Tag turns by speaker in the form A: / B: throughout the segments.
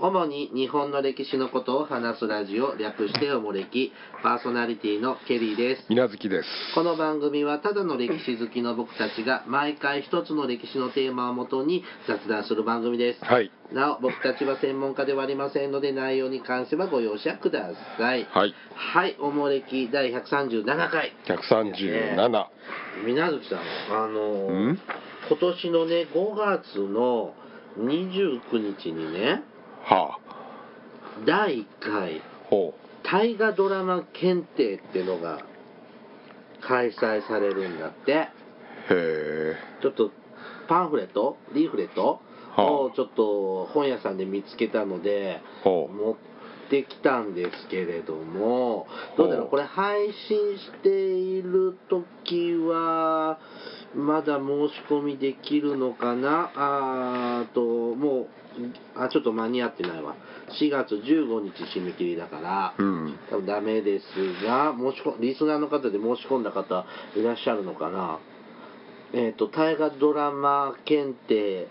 A: 主に日本の歴史のことを話すラジオ略しておもれきパーソナリティのケリーです
B: 稲月です。
A: この番組はただの歴史好きの僕たちが毎回一つの歴史のテーマをもとに雑談する番組です
B: はい。
A: なお僕たちは専門家ではありませんので内容に関してはご容赦ください
B: はい。
A: はいおもれき第137回
B: 137。
A: 皆月さんあのー
B: ん
A: 今年のね5月の29日にね
B: はあ。
A: 第1回
B: ほ
A: 大河ドラマ検定っていうのが開催されるんだって
B: う。へえ。
A: ちょっとパンフレットリーフレット
B: はあ
A: をちょっと本屋さんで見つけたので
B: ほう。
A: 持ってきたんですけれどもどうだろ
B: ほ
A: う
B: う
A: これ配信している時はまだ申し込みできるのかなあーともうあちょっと間に合ってないわ4月15日締め切りだから、
B: うん。
A: 多分ダメですが、申し込リスナーの方で申し込んだ方いらっしゃるのかな。えっ、と、大河ドラマ検定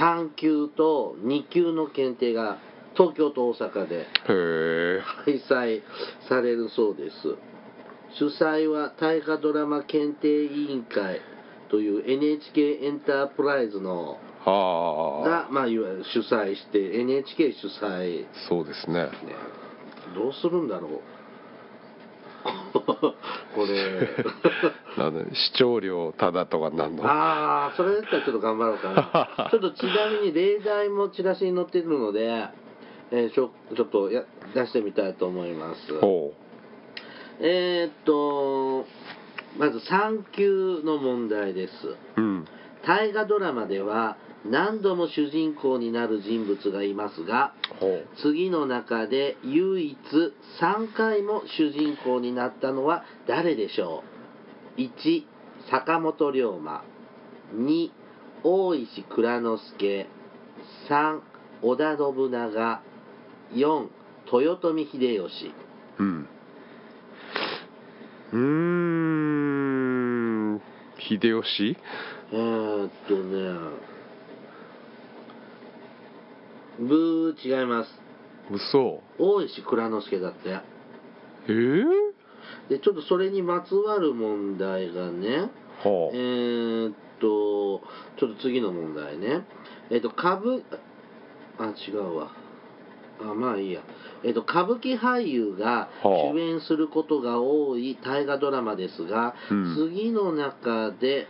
A: 3級と2級の検定が東京と大阪で
B: へえ。
A: 開催されるそうです。主催は大河ドラマ検定委員会という NHK エンタープライズの
B: は
A: が、まあ、いわゆる主催して NHK 主催
B: あ。そうですね。
A: ねどうするんだろう これ
B: なんで視聴料ただとかなんの。は
A: ああそれだったらちょっと頑張ろうか なちょっとちなみに例題もチラシに載っているので、えーしょちょっとや出してみたいと思います
B: ほ
A: えーっとまず3級の問題です
B: う。うん。
A: 大河ドラマでは何度も主人公になる人物がいますが
B: ほう。
A: 次の中で唯一3回も主人公になったのは誰でしょう1坂本龍馬2大石蔵之介3織田信長4豊臣秀吉
B: うん。うーん。秀吉。
A: えー、っとねブー違います
B: 嘘。
A: 大石蔵之介だって
B: ええ。
A: でちょっとそれにまつわる問題がね
B: は
A: えーっと、ちょっと次の問題ね。えーっと、歌舞、あ、違うわ。あ、まあいいや。えーっと、歌舞伎俳優が
B: はあ
A: 主演することが多い大河ドラマですが、
B: うん
A: 次の中で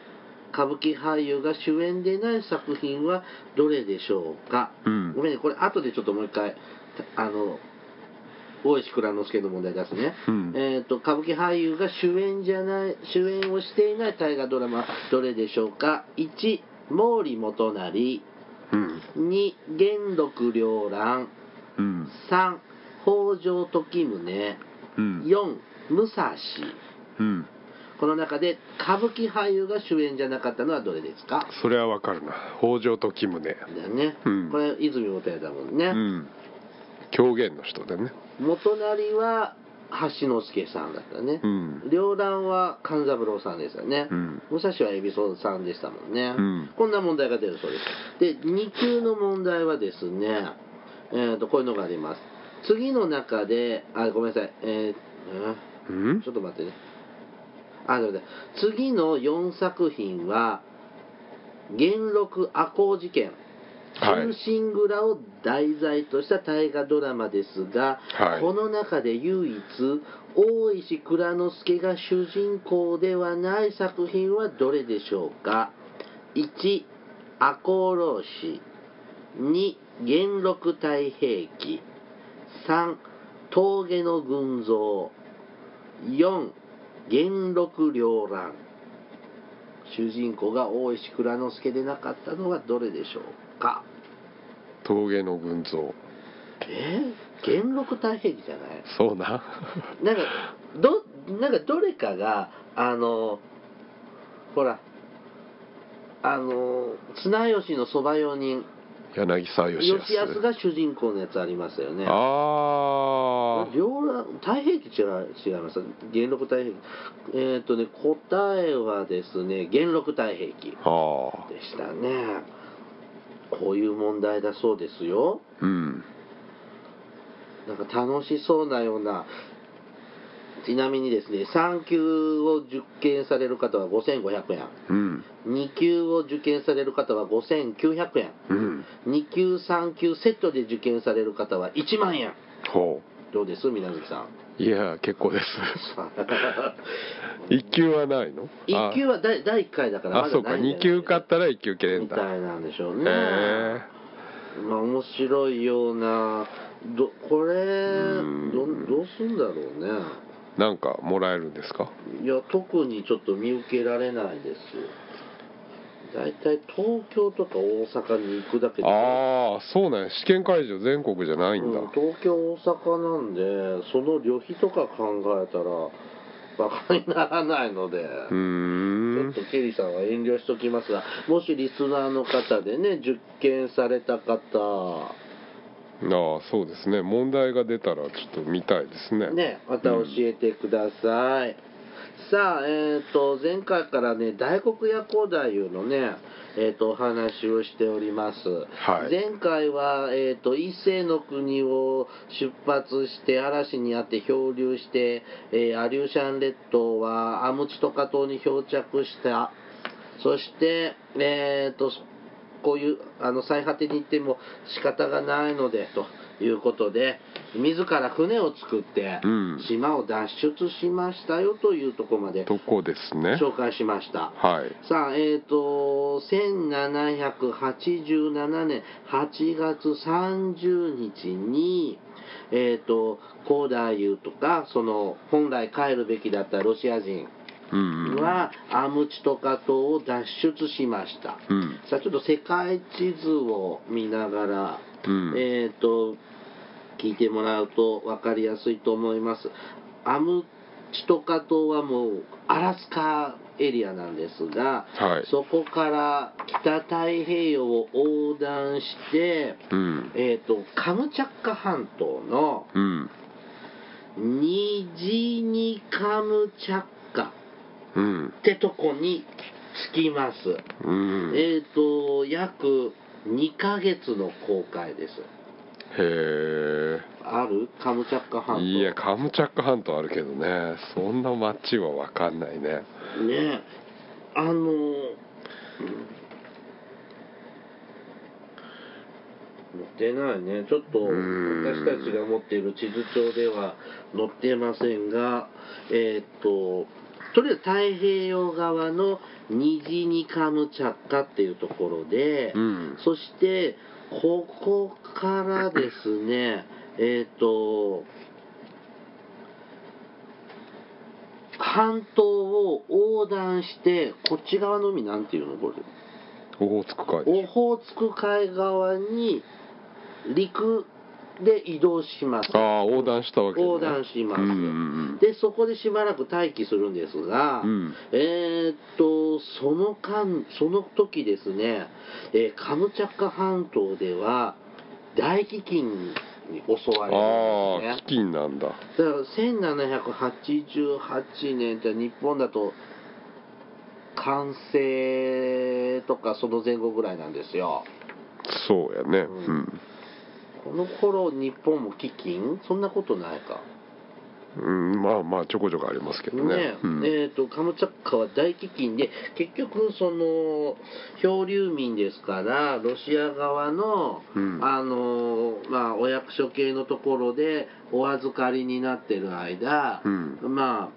A: 歌舞伎俳優が主演でない作品はどれでしょうか、
B: あ。うん
A: ご。めんね、これ後でちょっともう一回、あの、大石蔵之介の問題出すね。
B: うん。
A: えー、と歌舞伎俳優が主演じゃない主演をしていない大河ドラマどれでしょうか1毛利元就
B: うん。
A: 2元禄両乱
B: うん。
A: 3北条時宗
B: うん。
A: 4武蔵
B: うん。
A: この中で歌舞伎俳優が主演じゃなかったのはどれですか
B: それはわかるな北条時宗
A: だよね、
B: うん
A: これ泉元也だもんね、
B: うん狂言の人でね
A: 元就は橋之助さんだったね
B: う、ん
A: 両乱は勘三郎さんですよね、
B: うん
A: 武蔵は海老蔵さんでしたもんね、
B: うん
A: こんな問題が出るそうですで2級の問題はですね、えー、とこういうのがあります次の中であごめんなさいえー
B: う
A: うん
B: ん
A: ちょっと待ってねあごめんなさい次の4作品は元禄赤穂事件
B: はい
A: 忠臣蔵を題材とした大河ドラマですが、
B: はい
A: この中で唯一大石蔵之介が主人公ではない作品はどれでしょうか1赤穂浪士2元禄太平記3峠の群像4元禄両乱主人公が大石蔵之介でなかったのはどれでしょうか
B: 峠の群像
A: えー元禄太平記じゃない
B: そうな
A: なんかどなんかどれかがあのほらあの綱吉のそば用人
B: 柳沢義
A: 吉
B: 康
A: 安が主人公のやつありますよね
B: ああ
A: 両乱太平記違う違います元禄太平記えっ、とね答えはですね元禄太平記
B: ああ
A: でしたねこういう問題だそうですよ
B: うん
A: なんか楽しそうなようなちなみにですね3級を受験される方は5500円
B: うん
A: 2級を受験される方は5900円
B: うん
A: 2級3級セットで受験される方は1万円
B: ほ
A: どうです皆月さん
B: ういや結構です 1級はないの
A: 1級は第第1回だから
B: あ
A: ま
B: あそう
A: だ
B: か
A: ないんだよね
B: 2級買ったら1級切れん
A: み
B: だ
A: たいなんでしょうね、
B: へ
A: まあ、面白いようなどこれ
B: ん
A: どどうすんだろうね
B: えなんかもらえるんですか
A: いや特にちょっと見受けられないです大体東京とか大阪に行くだけで
B: ああそうなんや試験会場全国じゃないんだ、
A: うん東京大阪なんでその旅費とか考えたらバカにならないので、
B: うーん
A: ちょっとケリーさんは遠慮しときますがもしリスナーの方でね受験された方
B: ああそうですね問題が出たらちょっと見たいですね
A: ねまた教えてください、さあえっ、と前回からね大黒屋光太夫のねえー、とお話をしております、
B: はい
A: 前回は、えー、と伊勢の国を出発して嵐にあって漂流して、えーアリューシャン列島はアムチトカ島に漂着したそして、えー、とこういうあの最果てに行っても仕方がないのでということで自ら船を作って
B: うん
A: 島を脱出しましたよというところまで
B: とこですね
A: 紹介しました。
B: はい
A: さあ、えっ、と、1787年8月30日に、えっ、と、高大夫とか、その、本来帰るべきだったロシア人
B: うんうん
A: は、アムチトカ島を脱出しました。
B: うん
A: さあ、ちょっと世界地図を見ながら、
B: うん
A: えっ、と、聞いてもらうと分かりやすいと思います。アムチトカ島はもうアラスカエリアなんですが、
B: はい
A: そこから北太平洋を横断して、
B: うん
A: えっ、と、カムチャッカ半島の
B: うん
A: ニジニカムチャッカ
B: うん
A: ってとこに着きます。
B: うんへ
A: えっ、と、約2ヶ月の航海です。
B: え
A: あるカムチャッカ半島。
B: いやカムチャック半島あるけどねそんな街は分かんないね
A: ねえあのうん載ってないねちょっと
B: うん
A: 私たちが持っている地図帳では載ってませんがえーっととりあえず太平洋側のニジニカムチャッカっていうところで、
B: うん
A: そしてここからですねえーっと半島を横断してこっち側の海なんていうのこれ
B: オホーツク海
A: オホーツク海側に陸で移動します
B: ああ横断したわけね
A: 横断します
B: うんうん
A: でそこでしばらく待機するんですが、
B: うん
A: えーっとその間その時ですね、えーカムチャッカ半島では大飢饉に襲われるんですね
B: ああ基金なんだ
A: だから1788年って日本だと完成とかその前後ぐらいなんですよ
B: そうやね
A: う
B: うんん
A: この頃日本も飢饉そんなことないか
B: うん、まあまあちょこちょこありますけどね
A: ね
B: うん
A: えー、とカムチャッカは大飢饉で結局その漂流民ですからロシア側の、
B: うん
A: あのーまあ、お役所系のところでお預かりになってる間、
B: うん
A: まあ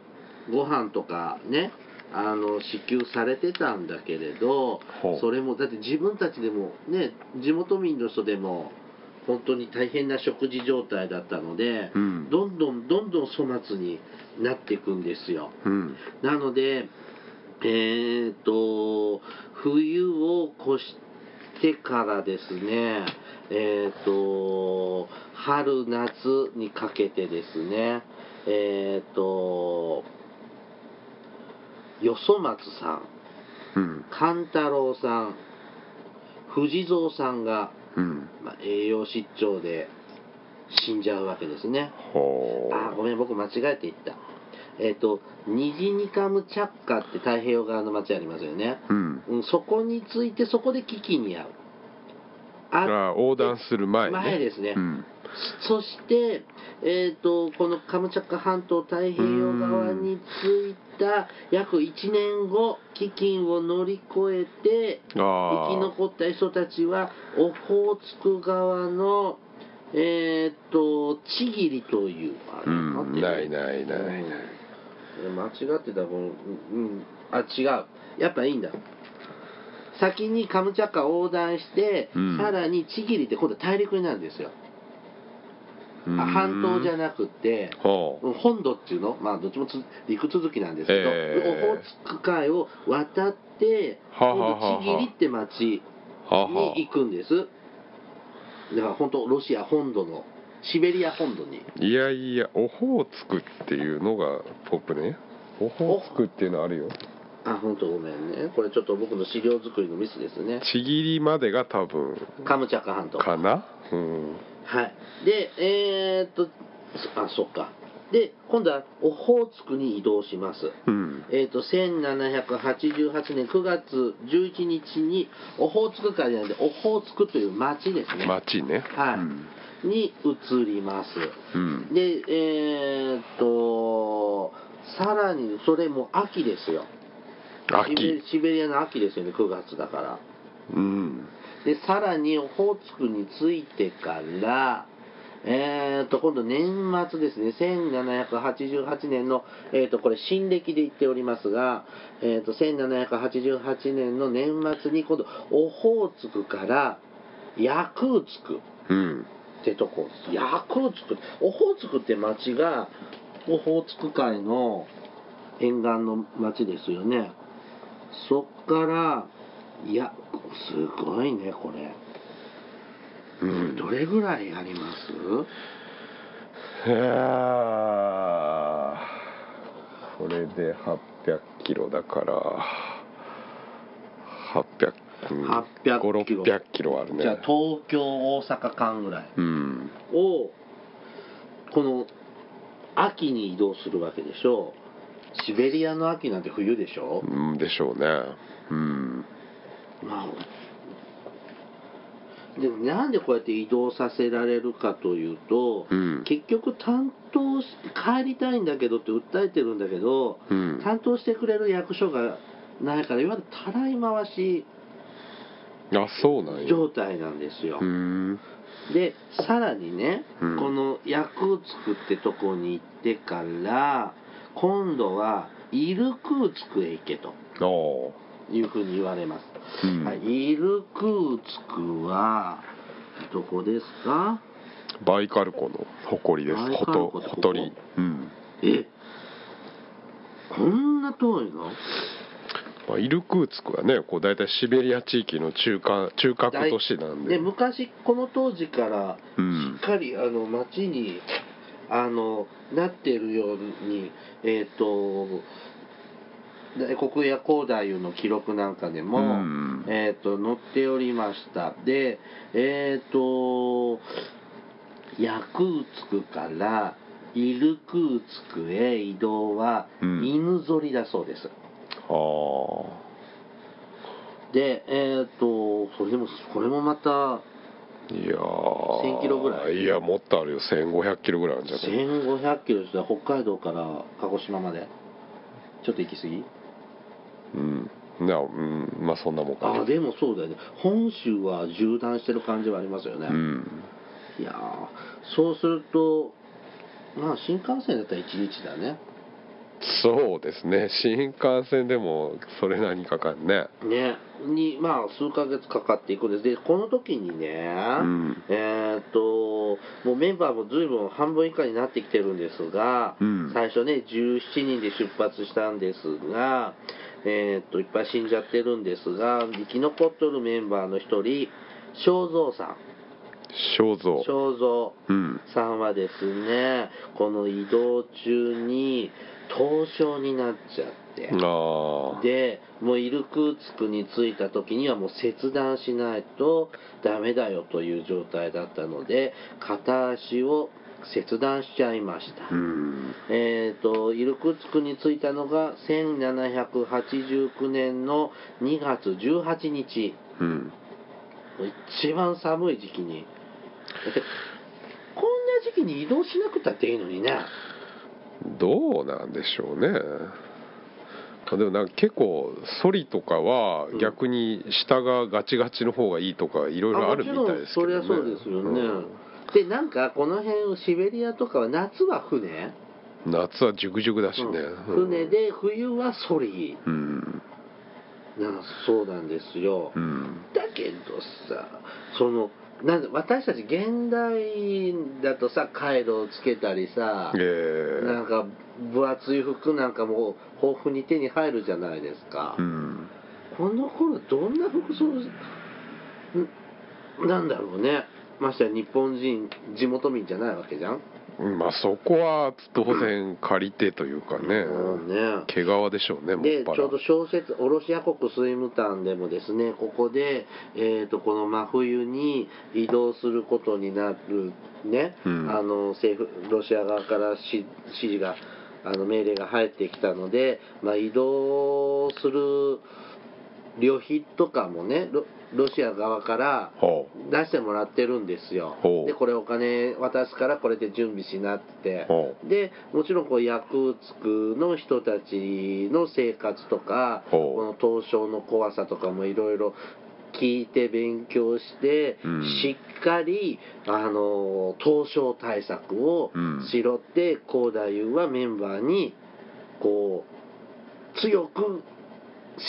A: ご飯とかねあの支給されてたんだけれど
B: ほう
A: それもだって自分たちでもね地元民の人でも本当に大変な食事状態だったので、
B: うん
A: どんどんどんどん粗末になっていくんですよ
B: うん
A: なのでえー、と冬を越してからですねえー、と春夏にかけてですねえー、とよそ松さん
B: うん
A: 勘太郎さん藤蔵さんが、
B: うん
A: まあ、栄養失調で死んじゃうわけですね。
B: ほ
A: あーごめん僕間違えて言ったえっ、とニジニカムチャッカって太平洋側の町ありますよね、
B: ううん
A: うん、そこについてそこで危機に遭う
B: あ
A: あ
B: ー横断する前ね
A: 前ですね
B: うん
A: そして、えー、とこのカムチャッカ半島太平洋側に着いた約1年後飢饉を乗り越えて
B: あ
A: 生き
B: ー
A: 残った人たちはオホーツク側のえっ、とちぎりというあ
B: う
A: れ
B: ん
A: 合ってる
B: ないないないない
A: うん間違ってた分うんうんあ違うやっぱいいんだ先にカムチャッカ横断して、
B: うん
A: さらにちぎりって今度は大陸になるんですよ、
B: うん
A: あ半島じゃなくて、
B: ほう
A: 本土っていうの、まあ、どっちもつ陸続きなんですけど、
B: えー
A: オホーツク海を渡って、
B: はははは
A: 今度ちぎりって町に
B: はは
A: 行くんです。だから本当、ロシア本土の、シベリア本土に。
B: いやいやオホーツクっていうのがポップねオホーツクっていうのあるよ
A: あ、本当ごめんね。これちょっと僕の資料作りのミスですね。
B: ちぎりまでが多分
A: カムチャカ半島。
B: かなうん
A: はい。で、えー、っと、そあ、そっか。で、今度はオホーツクに移動します。
B: うん
A: えー、と1788年9月11日にオホーツク海じゃなくてオホーツクという町ですね、
B: 町ね
A: はい
B: うん
A: に移ります
B: うん
A: でえー、とさらにそれも秋ですよシベ
B: 秋
A: シベリアの秋ですよね9月だから
B: うん
A: でさらにオホーツクに着いてからえー、と今度年末ですね1788年の、えー、とこれ新暦で言っておりますが、えー、と1788年の年末に今度オホーツクからヤクーツク
B: うん
A: ってとこヤクーツクオホーツクって町がオホーツク海の沿岸の町ですよねそっからいやすごいねこれ、
B: うん
A: どれぐらいあります
B: いやーこれで800キロだから800
A: 800キロ
B: 600キロあるね
A: じゃあ東京大阪間ぐらい
B: うん
A: をこの秋に移動するわけでしょうシベリアの秋なんて冬でしょ
B: うんでしょうねうん
A: まあ、でもなんでこうやって移動させられるかというと、
B: うん
A: 結局担当し帰りたいんだけどって訴えてるんだけど、
B: うん
A: 担当してくれる役所がないからいわゆるたらい回し
B: あそうなんや
A: 状態なんですよ、
B: うん
A: でさらにね、
B: うん
A: このヤクーツクってとこに行ってから今度はイルクーツクへ行けと
B: あー
A: いうふうに言われます
B: うん
A: はいイルクーツクはどこですか
B: バイカル湖の誇りで
A: バ
B: す
A: イ
B: ほ
A: カル
B: と
A: 湖ってここ
B: ほとりうん
A: えこんな遠いの
B: まあ、イルクーツクはねこう大体シベリア地域の中間中核都市なん
A: で
B: で
A: 昔この当時から
B: うん
A: しっかりあの町にあのなってるようにえっ、と大国や広大湯の記録なんかでも、
B: うん
A: えっ、と載っておりましたでえっ、とヤクーツクからイルクーツクへ移動は
B: うん
A: 犬ぞりだそうです、
B: ああ
A: でえっ、とそれでもこれもまた
B: いや
A: 1000
B: 1000
A: キロぐらい
B: いやもっとあるよ1500キロぐらいあるんじゃない
A: 1500キロですね北海道から鹿児島までちょっと行き過ぎ
B: うんなうんまあそんなもんか
A: あ
B: ね
A: でもそうだよね本州は縦断してる感じはありますよね、
B: うん
A: いやーそうするとまあ新幹線だったら1日だね
B: そうですね新幹線でもそれなりにかかるね
A: ねにまあ数ヶ月かかっていくんですでこの時にね、
B: うん
A: えーっともうメンバーも随分半分以下になってきてるんですが、
B: うん
A: 最初ね17人で出発したんですが、えーっといっぱい死んじゃってるんですが生き残っとるメンバーの一人正蔵さん
B: 肖像
A: 正蔵
B: うん
A: さんはですねこの移動中に凍傷になっちゃって。
B: ああ
A: でもうイルクーツクに着いた時にはもう切断しないとダメだよという状態だったので片足を切断しちゃいました、
B: うん
A: えー、とイルクーツクに着いたのが1789年の2月18日
B: うん
A: 一番寒い時期にだってこんな時期に移動しなくたっていいのにね
B: どうなんでしょうねまあでもなんか結構ソリとかは
A: うん
B: 逆に下がガチガチの方がいいとかいろいろあるみたいですけどね
A: あもちろんそりゃそうですよね、
B: うん
A: でなんかこの辺シベリアとかは夏は船、
B: 夏はジュクジュクだしね、
A: うん船で冬はソリ
B: うん
A: なんそうなんですよ、
B: うん
A: だけどさそのなんだ私たち現代だとさカイロをつけたりさ
B: ええ
A: なんか分厚い服なんかも豊富に手に入るじゃないですか、
B: うん
A: この頃どんな服装んなんだろうねましてや日本人地元民じゃないわけじゃん
B: まあそこは当然借りてというかね、
A: うんね
B: 毛皮でしょうねも
A: で
B: っ
A: ち
B: ぱら
A: ょうど小説「おろし屋国水無炭」でもですねここで、えー、とこの真冬に移動することになる、ね
B: うん
A: あの政府ロシア側からし指示があの命令が入ってきたので、まあ、移動する旅費とかもねロロシア側から
B: ほ
A: 出してもらってるんですよ
B: ほう
A: でこれお金渡すからこれで準備しなって
B: うほ
A: でもちろんこうヤクーツクの人たちの生活とか
B: ほう
A: この凍傷の怖さとかもいろいろ聞いて勉強して、
B: うん
A: しっかりあの凍傷対策を
B: うん
A: しろって高太夫はメンバーにこう強く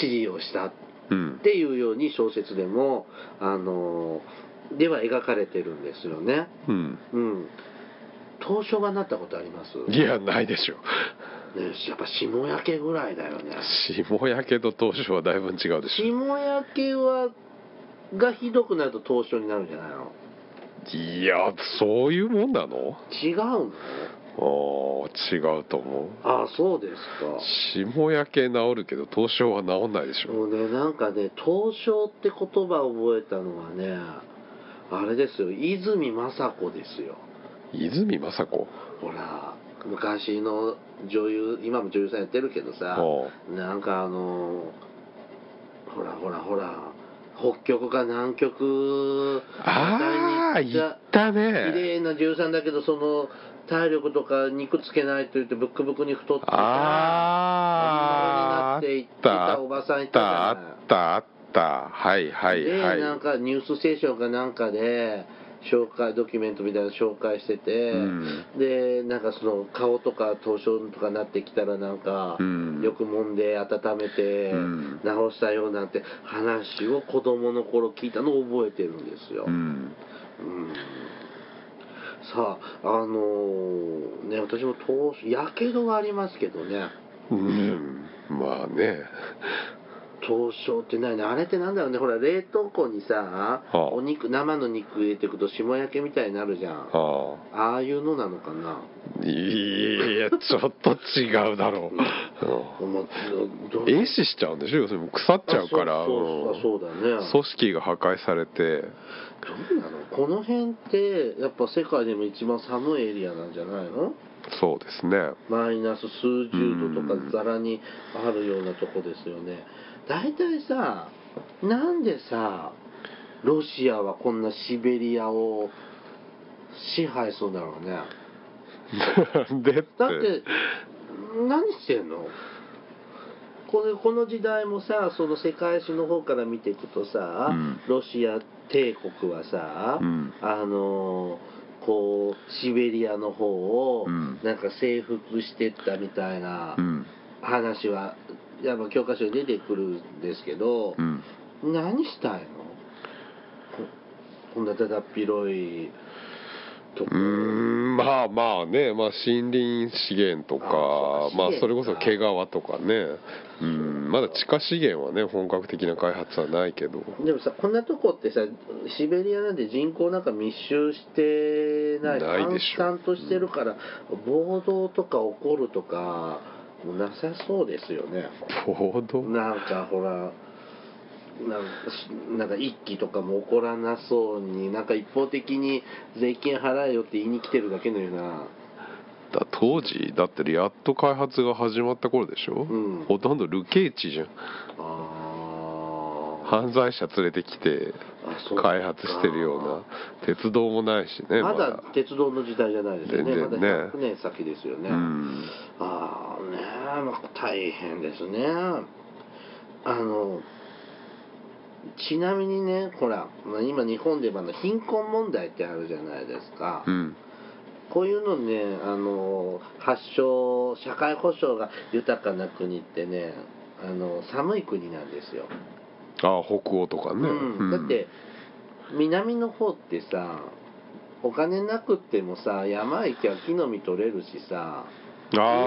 A: 指示をしたっ
B: ううん
A: ていうように小説でもあのでは描かれてるんですよね。
B: うん
A: うん凍傷場になったことあります
B: いやないでしょ
A: ね、やっぱ霜焼けぐらいだよね
B: 霜焼けと当初はだいぶ違うでしょ
A: 霜焼けはがひどくなると凍傷になるんじゃないの
B: いやそういうもんなの
A: 違うの
B: ああ違うと思う
A: ああそうです
B: 霜焼け治るけど凍傷は治んないでし
A: かも
B: ょ
A: うねなんかね凍傷って言葉を覚えたのはねあれですよ泉雅子ですよ
B: 泉雅子
A: ほら昔の女優今も女優さんやってるけどさ
B: あ
A: なんかあのほらほらほら北極か南極
B: ああ
A: 辺りに行
B: 行
A: っ
B: った
A: 綺
B: たね
A: 麗な女優さんだけどその体力とか肉つけないと言ってブックブクに太って
B: あああ
A: 女になっ
B: っ
A: ていった
B: た
A: おばさん
B: あ
A: い
B: った
A: じ
B: た
A: ゃ
B: あ
A: ない
B: ったあったはいはいは
A: でなん
B: い
A: か「ニュースステーション」かなんかで紹介ドキュメントみたいなの紹介してて、
B: うん
A: でなんかその顔とか凍傷とかなってきたらなんか、
B: うん
A: よく揉んで温めて
B: うん
A: 直したよなんて話を子供の頃聞いたのを覚えてるんですよ、
B: う
A: う
B: ん
A: んさああのーね私も凍傷やけどはありますけどね
B: うんまあね
A: 凍傷ってないねあれってなんだろうねほら冷凍庫にさ、
B: あ
A: お肉生の肉入れていくと霜焼けみたいになるじゃん
B: ああ
A: ああいうのなのかない
B: やちょっと違うだろう、
A: もうど
B: うん、壊死しちゃうんでしょ要するに腐っちゃうから
A: あそうそうそうあそうだね
B: うん組織が破壊されて
A: どうなのこの辺ってやっぱ世界でも一番寒いエリアなんじゃないの
B: そうですね
A: マイナス数十度と
B: う
A: か
B: ん
A: ざらにあるようなとこですよね大体さなんでさロシアはこんなシベリアを支配するんだろうね
B: なんでって
A: だって何してんのこれこの時代もさその世界史の方から見ていくとさ、
B: うん
A: ロシア帝国はさ、
B: うん
A: あのーこうシベリアの方を
B: うん
A: なんか征服してったみたいな
B: うん
A: 話はやっぱ教科書に出てくるんですけど
B: う、ん
A: 何したいのここんなだだっ広いとこ
B: うーんまあまあね、まあ、森林資源とか
A: あそうか
B: まあ
A: 資源か
B: それこそ毛皮とかねうんまだ地下資源はね本格的な開発はないけど
A: でもさこんなとこってさシベリアなんて人口なんか密集してない
B: ないでし
A: 閑
B: ょ
A: 散としてるから、暴動とか起こるとかもうなさそうですよね
B: 暴動
A: なんかほらなんかしなんか一揆とかも起こらなそうになんか一方的に税金払えよって言いに来てるだけのような
B: だ当時だってやっと開発が始まった頃でしょ、
A: うん
B: ほとんど流刑地じゃん
A: あー
B: 犯罪者連れてきて
A: あそうか
B: 開発してるような鉄道もないしね
A: まだ鉄道の時代じゃないですよね
B: 全然
A: ま
B: ね
A: だ100年先ですよね、
B: うん
A: ああねえ、まあ、大変ですねあのちなみにねほらまあ今日本で言えばあの貧困問題ってあるじゃないですか、
B: うん
A: こういうのねあの発祥社会保障が豊かな国ってねあの寒い国なんですよ、
B: ああ北欧とかね、
A: うん、だって南の方ってさお金なくってもさ山行きゃ木の実取れるしさ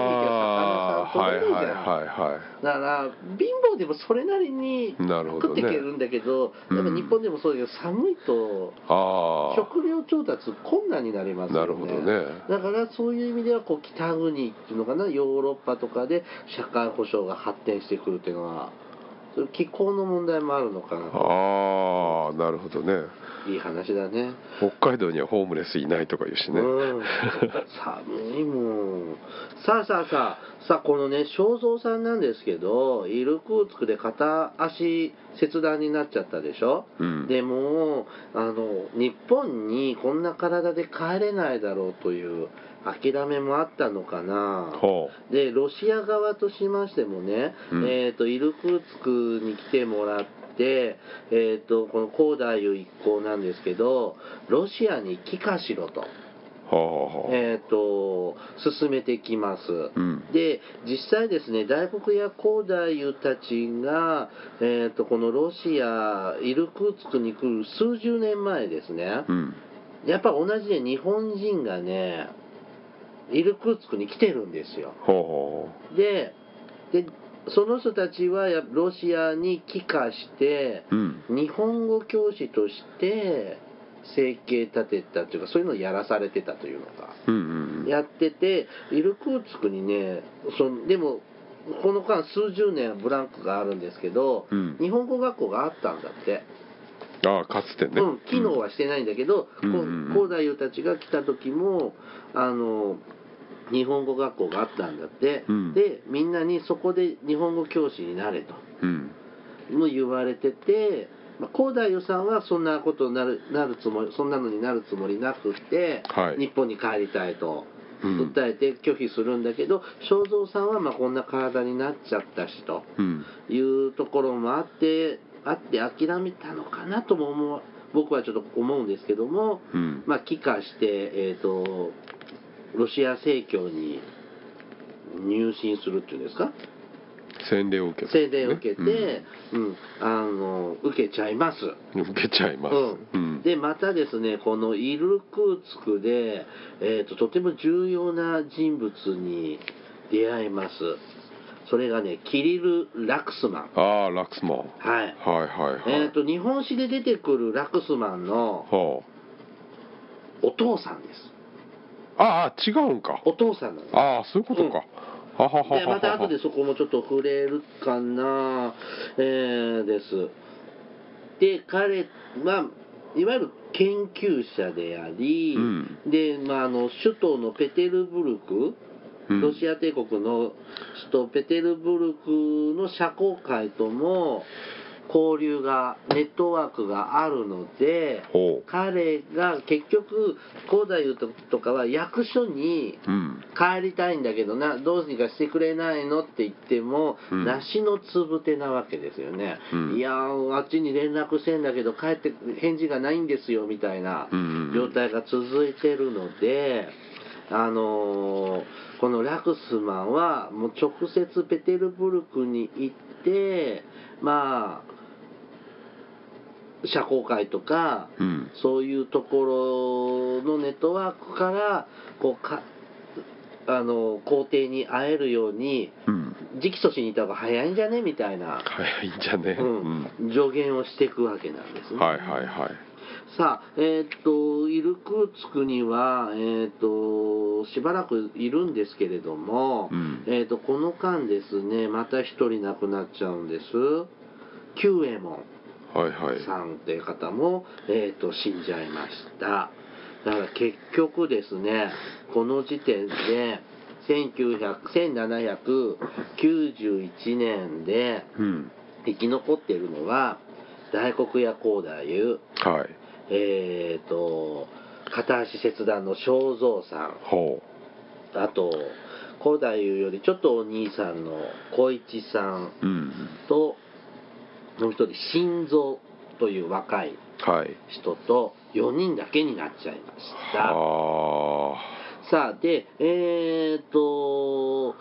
A: 海に行きゃ魚さん取れ
B: ああはい
A: るじゃん
B: はいはいはい
A: だから貧乏でもそれなりに
B: なるほ
A: 食
B: ど
A: って
B: ね
A: いけるんだけど
B: うん
A: やっぱ日本でもそうだけど寒いと
B: ああ
A: 食料調達困難になりますよね
B: なるほどね
A: だからそういう意味ではこう北国っていうのかなヨーロッパとかで社会保障が発展してくるっていうのはそういう気候の問題もあるのかな
B: ああなるほどね
A: いい話だね
B: 北海道にはホームレスいないとか言うしね、
A: うん、寒いもんさあさあさあさあこのね正蔵さんなんですけどイルクーツクで片足切断になっちゃったでしょ、
B: うん
A: でもあの日本にこんな体で帰れないだろうという諦めもあったのかな
B: ほ
A: でロシア側としましてもね、
B: うん
A: えー、とイルクーツクに来てもらって、えー、とこの高大夫一行なんですけどロシアに帰化しろと。
B: うほうほうほう、
A: えー、と進めてきます、
B: うん
A: で実際ですね大黒や高大夫たちが、えー、とこのロシアイルクーツクに来る数十年前ですね、
B: うん
A: やっぱ同じで日本人がねイルクーツクに来てるんですよ
B: ほうほ
A: ででその人たちはやロシアに帰化して
B: うほううん
A: 日本語教師として生計立てたというかそういうのをやらされてたというのか
B: うんうんうん
A: やっててイルクーツクにねそのでもこの間数十年ブランクがあるんですけど、
B: うん
A: 日本語学校があったんだって、
B: ああかつてね、
A: うん、機能はしてないんだけど、
B: うん
A: こ
B: うんうん
A: 高大夫たちが来た時もあの日本語学校があったんだって、
B: うん
A: でみんなにそこで日本語教師になれと
B: うん
A: も言われてて。まあ高大夫さんはそんなことになるなるつもりそんなのになるつもりなくて、
B: はい
A: 日本に帰りたいと
B: うん
A: 訴えて拒否するんだけど正蔵さんはまあこんな体になっちゃったしと
B: うん
A: いうところもあってあって諦めたのかなとも思う僕はちょっと思うんですけども、
B: うん
A: まあ帰化して、えー、とロシア正教に入信するっていうんですか
B: 洗礼を受けた
A: 聖礼を受けて、
B: ね
A: うんあの受けちゃいます。
B: うん受けちゃいます、
A: う
B: うんん、
A: でまたですねこのイルクーツクで、えー、ととても重要な人物に出会いますそれがねキリル・ラクスマン
B: ああラクスマン
A: はい、
B: はいはいはい、
A: えっ、と日本史で出てくるラクスマンの
B: は
A: お父さんです
B: あああ違うんか
A: お父さんなんです
B: ああそういうことか、はははは
A: でまた後でそこもちょっと触れるかな、えーですで彼はいわゆる研究者であり、
B: うん
A: で、まあ、あの首都のペテルブルク
B: うん
A: ロシア帝国の首都ペテルブルクの社交界とも交流がネットワークがあるので
B: ほ
A: 彼が結局高大夫とかは役所に
B: ううん
A: 帰りたいんだけどなどうにかしてくれないのって言っても、
B: うん
A: 梨のつぶてなわけですよね、
B: うん
A: いやーあっちに連絡してんだけど帰って返事がないんですよみたいな
B: うんうんうん
A: 状態が続いてるので、あのーこのラクスマンはもう直接ペテルブルクに行ってまあ社交界とか
B: うん
A: そういうところのネットワークからこうかあの皇帝に会えるように
B: うん
A: 直訴しに行った方が早いんじゃねみたいな、
B: 早いんじゃね
A: うん、助言をしていくわけなんですね。
B: うんはいはいはい
A: さあ、えーっとイルクーツクには、えーっとしばらくいるんですけれども、
B: うん
A: えーっとこの間ですねまた一人亡くなっちゃうんです久右衛門。
B: はいはい
A: さんという方も、えー、と死んじゃいましただから結局ですねこの時点で1900 1791年で
B: うん
A: 生き残っているのは大黒屋光太夫
B: はい
A: えー、と片足切断の正蔵さん
B: ほ
A: あと古代よりちょっとお兄さんの小一さん
B: ううん
A: ともう一人心臓という若い
B: はい
A: 人と4人だけになっちゃいました
B: は
A: さあでえー、と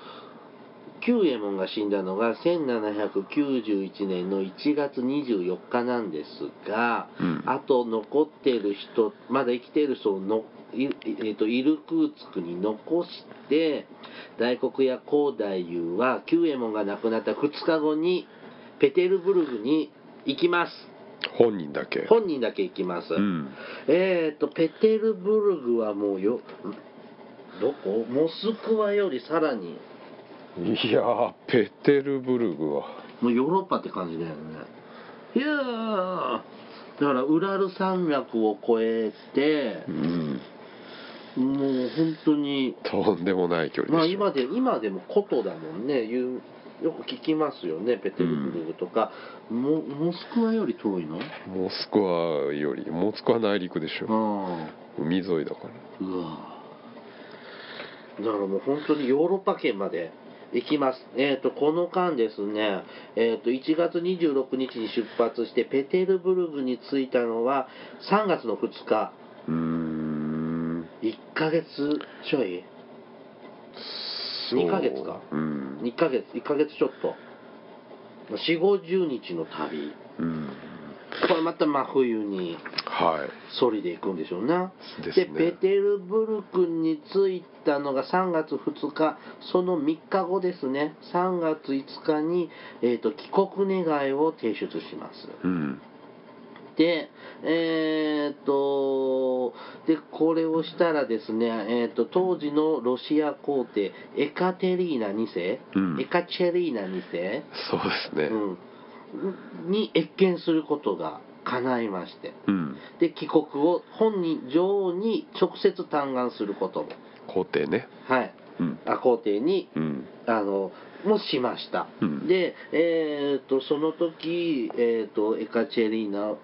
A: 久右衛門が死んだのが1791年の1月24日なんですが、
B: うん
A: あと残ってる人まだ生きてる人をのい、えー、とイルクーツクに残して大黒屋光太夫は久右衛門が亡くなった2日後にペテルブルグに行きます
B: あ本人だけ
A: 本人だけ行きます、
B: うん
A: えー、とペテルブルグはもうよんどこモスクワよりさらに
B: いやーペテルブルグは
A: もうヨーロッパって感じだよねいやーだからウラル山脈を越えて
B: うん
A: もう本当に
B: とんでもない距離
A: まあ
B: でしょ、
A: 今で今でも古都だもんね言うよく聞きますよねペテルブルグとか、モモスクワより遠いの
B: モスクワよりモスクワ内陸でしょ
A: ああ
B: 海沿いだから
A: うわだからもう本当にヨーロッパ圏まで行きます。えっ、と、この間ですね、えっ、と、1月26日に出発して、ペテルブルグに着いたのは3月の2日、
B: うーん
A: 1ヶ月ちょい
B: そう
A: 二ヶ月か
B: うん
A: ?2 ヶ月、1ヶ月ちょっと。4、50日の旅。
B: うん
A: これまた真冬に
B: はい
A: ソリで行くんでしょうな。
B: ですね
A: ペテルブルクに着いたのが3月2日、その3日後ですね、3月5日に、えー、と帰国願いを提出します。
B: うん
A: で、えー、とでこれをしたらですね、えー、と当時のロシア皇帝、エカテリーナ2世、
B: うん
A: エカチェリーナ2世、
B: そうですね
A: うん、に謁見することが叶いまして。
B: うん
A: で帰国を本人女王に直接嘆願することも
B: 皇帝ね
A: はい
B: うん
A: あ皇帝に
B: うん
A: あのもしました、
B: うん
A: で、えー、とその時、えー、とエカチェリーナ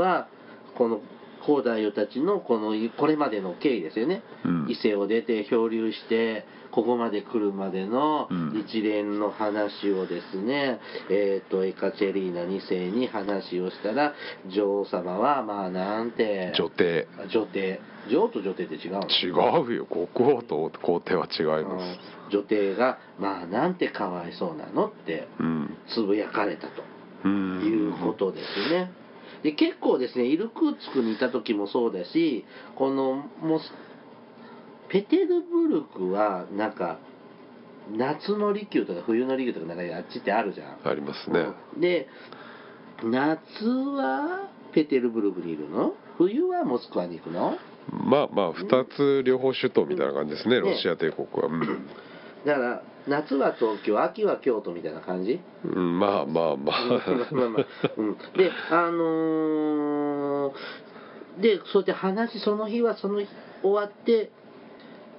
A: はこの皇太夫たちのこのこれまでの経緯ですよね、
B: うん
A: 伊勢を出て漂流してここまで来るまでの
B: うん
A: 一連の話をですね、えー、とエカチェリーナ2世に話をしたら女王様はまあなんて
B: 女帝
A: あ女帝女王と女帝って違うの
B: 違うよ国王と皇帝は違います
A: うん女帝がまあなんてかわいそうなのって
B: うん
A: つぶやかれたと
B: うん
A: いうことですね。で結構ですねイルクーツクにいた時もそうだしこのモスペテルブルクはなんか夏の利休とか冬の利休とかなんかあっちってあるじゃん。
B: ありますね
A: で夏はペテルブルクにいるの冬はモスクワに行くの
B: まあまあ2つ両方首都みたいな感じですね
A: うんね
B: ロシア帝国はうん
A: だから夏は東京秋は京都みたいな感 じ
B: うんまあまあまあ
A: まあまあ、うん、であのーでそうやって話その日はその日終わって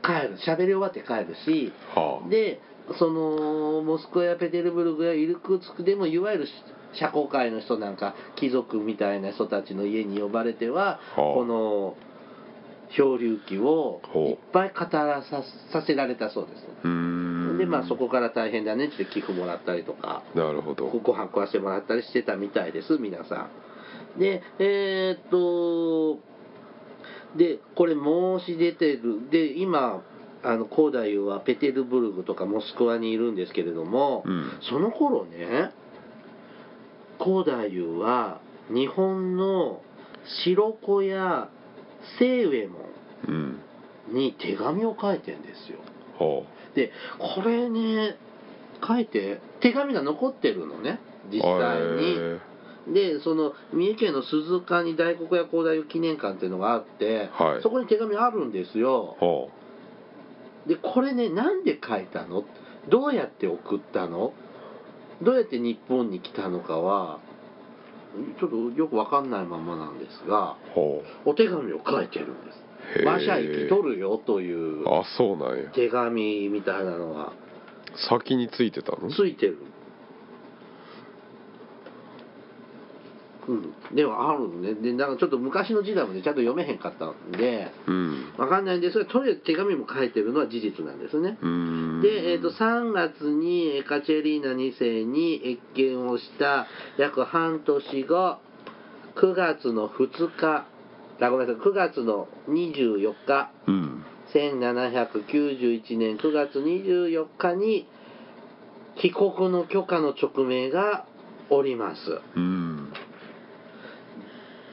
A: 帰る喋り終わって帰るし
B: はあ
A: でそのモスクワやペテルブルクやイルクーツクでもいわゆる社交界の人なんか貴族みたいな人たちの家に呼ばれては、
B: はあ
A: この漂流記を
B: ほう
A: いっぱい語らささせられたそうです。
B: うーん
A: でまあそこから大変だねって寄付もらったりとか
B: なるほど
A: ご飯食わせてもらったりしてたみたいです皆さんでえーっとでこれ申し出てるで今あの高大夫はペテルブルグとかモスクワにいるんですけれども、
B: うん
A: その頃ね高大夫は日本の白子や清右衛門
B: うん
A: に手紙を書いてんですよ
B: は
A: でこれね書いて手紙が残ってるのね
B: あ
A: 実際に
B: へ
A: でその三重県の鈴鹿に大黒屋光太夫記念館っていうのがあって、
B: はい
A: そこに手紙あるんですよ
B: えは
A: でこれねなんで書いたのどうやって送ったのどうやって日本に来たのかはちょっとよくわかんないままなんですが
B: あは
A: お手紙を書いてるんです
B: へー
A: 馬車行き取るよという
B: ああそうなんや
A: 手紙みたいなのが
B: 先についてたの
A: ついてるうん、でもあるんででなんかちょっと昔の字だもんねちゃんと読めへんかったんで
B: うん
A: わかんないんですがとりあえず手紙も書いてるのは事実なんですね
B: う、ん
A: で、えー、と3月にえーカチェリーナ2世に謁見をした約半年後9月の2日あごめんなさい9月の24日
B: うん
A: 1791年9月24日に帰国の許可の勅命がおります
B: うん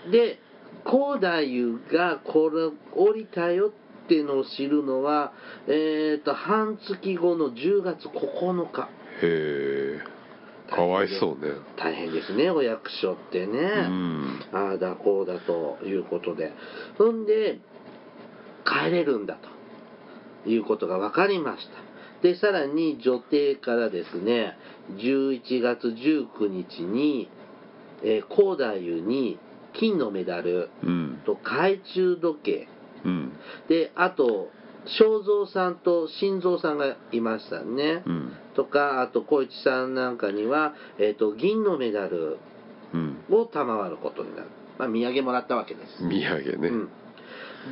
A: で高太夫がこれ降りたよってのを知るのは、えー、と半月後の10月9日
B: へえかわいそうね
A: 大変ですねお役所ってね、
B: うん
A: ああだこうだということでそんで帰れるんだということが分かりましたでさらに女帝からですね11月19日に、えー、高太夫に金のメダル
B: うん
A: と懐中時計
B: うん
A: であと正蔵さんと心臓さんがいましたね、
B: うん
A: とかあと光一さんなんかには、えー、と銀のメダル
B: うん
A: を賜ることになる、まあ、土産もらったわけです、
B: 土産ね
A: うん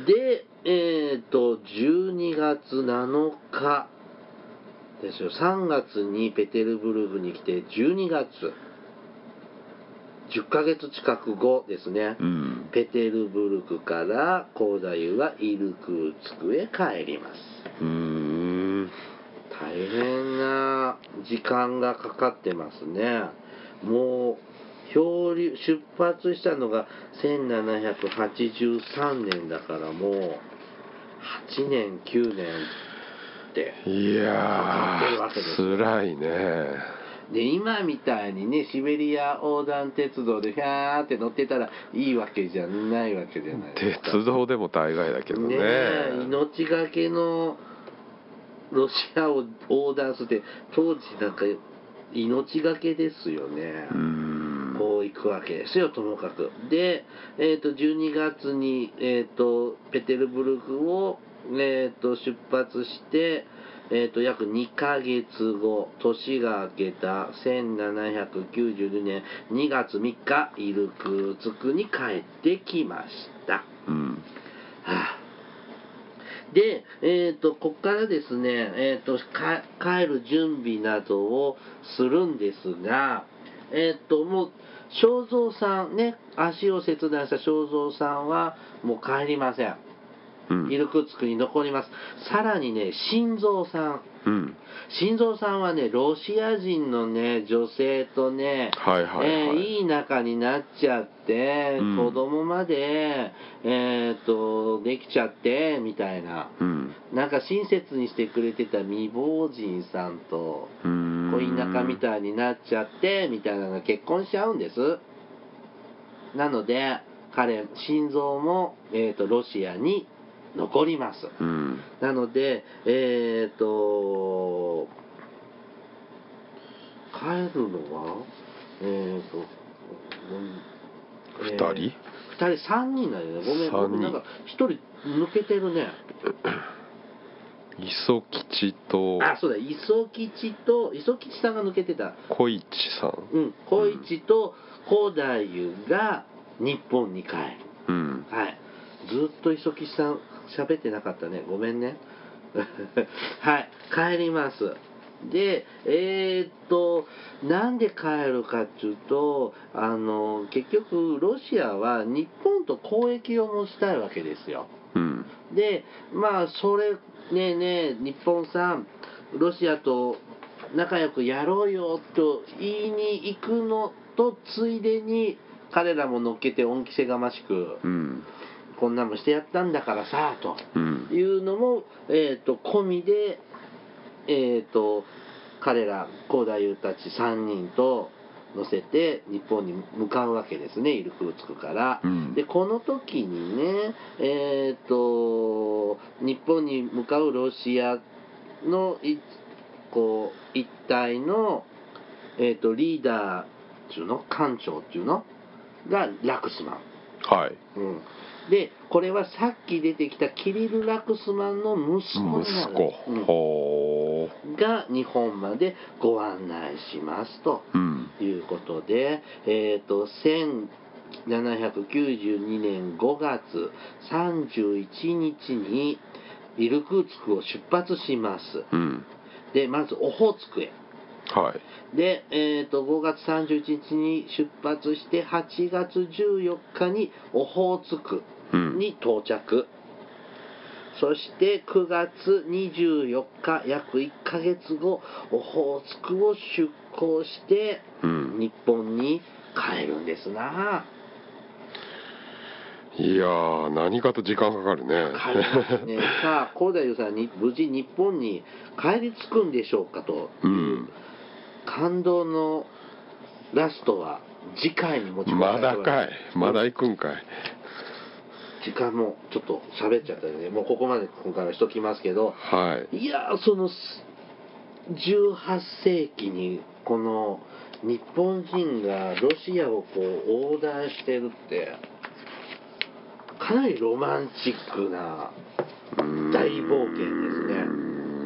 A: でえっ、と12月7日ですよ3月にペテルブルクに来て12月10ヶ月近く後ですね、
B: うん
A: ペテルブルクから高太夫はイルクーツクへ帰ります
B: うん
A: 大変な時間がかかってますねもう漂流出発したのが1783年だからもう8年9年って
B: いや
A: わかってるわけです
B: ー辛いね
A: で今みたいにねシベリア横断鉄道でヒャーって乗ってたらいいわけじゃないわけじゃないですか
B: 鉄道でも大概だけどね
A: ねえ命がけのロシアを横断するって当時なんか命がけですよね、
B: うん
A: こう行くわけですよともかくで、えー、と12月に、えー、とペテルブルクを、えー、と出発して、えー、と約2ヶ月後年が明けた1792年2月3日イルクーツクに帰ってきました
B: うん
A: はあで、えー、とここからですね、えー、とか帰る準備などをするんですが、えー、ともう正蔵さんね足を切断した正蔵さんはもう帰りません
B: うん
A: イルクーツクに残りますさらにね心臓さん
B: うん
A: 心臓さんはねロシア人のね女性とね
B: はいはい
A: え
B: は
A: ー
B: い
A: いい仲になっちゃって、
B: うん
A: 子供まで、えー、とできちゃってみたいな
B: うん
A: なんか親切にしてくれてた未亡人さんと
B: うん
A: 恋仲みたいになっちゃってみたいなのが結婚しちゃうんですなので彼心臓も、えー、とロシアに残ります
B: うん
A: なので、えっ、と、帰るのは、えっ、と、うん
B: 二
A: え
B: 人
A: ー二人三人だよね。ごめん、
B: 三人
A: ごめん、なんか一人抜けてるね。
B: 磯吉と
A: あ、そうだ、磯吉と、磯吉さんが抜けてた。
B: 小市さん
A: うん、小一と高太夫が日本に帰る。
B: うん
A: はい。ずっと磯木さん喋ってなかったね。ごめんね。 はい。帰ります。で、えーっと、なんで帰るかっていうと、あの、結局、ロシアは日本と交易を持ちたいわけですよ。
B: うん
A: で、まあ、それ、ねえねえ、日本さん、ロシアと仲良くやろうよと言いに行くのと、ついでに、彼らも乗っけて恩着せがましく
B: うん
A: こんなんもしてやったんだからさと
B: うん
A: いうのも、えー、と込みで、えー、と彼ら高太夫たち3人と乗せて日本に向かうわけですねイルクーツクから。
B: うん
A: でこの時にね、えー、と日本に向かうロシアのいこう一帯の、えー、とリーダーっていうの艦長っていうのがラクスマン。
B: はい
A: うん、でこれはさっき出てきたキリル・ラクスマンの息子にな
B: 息
A: る
B: 子ほ
A: うん、が日本までご案内しますと
B: ううん
A: いうことで、えー、と1792年5月31日にイルクーツクを出発します
B: うん
A: でまずオホーツクへ
B: はい
A: で、えー、と5月31日に出発して8月14日にオホーツクに到着、そして9月24日約1ヶ月後オホーツクを出港して
B: うん
A: 日本に帰るんですな、
B: いやー何かと時間かかるね
A: 帰ります ねさあ高大夫さんに無事日本に帰り着くんでしょうかと
B: うん
A: 感動のラストは次回に持ち込
B: ま
A: され
B: だ
A: ておりす
B: かいまだ行くんかい
A: 時間もちょっと喋っちゃったよねもうここまで今回はしときますけど
B: はい
A: いやーそのす18世紀にこの日本人がロシアをこう横断してるってかなりロマンチックな
B: うーん
A: 大冒険ですね
B: うー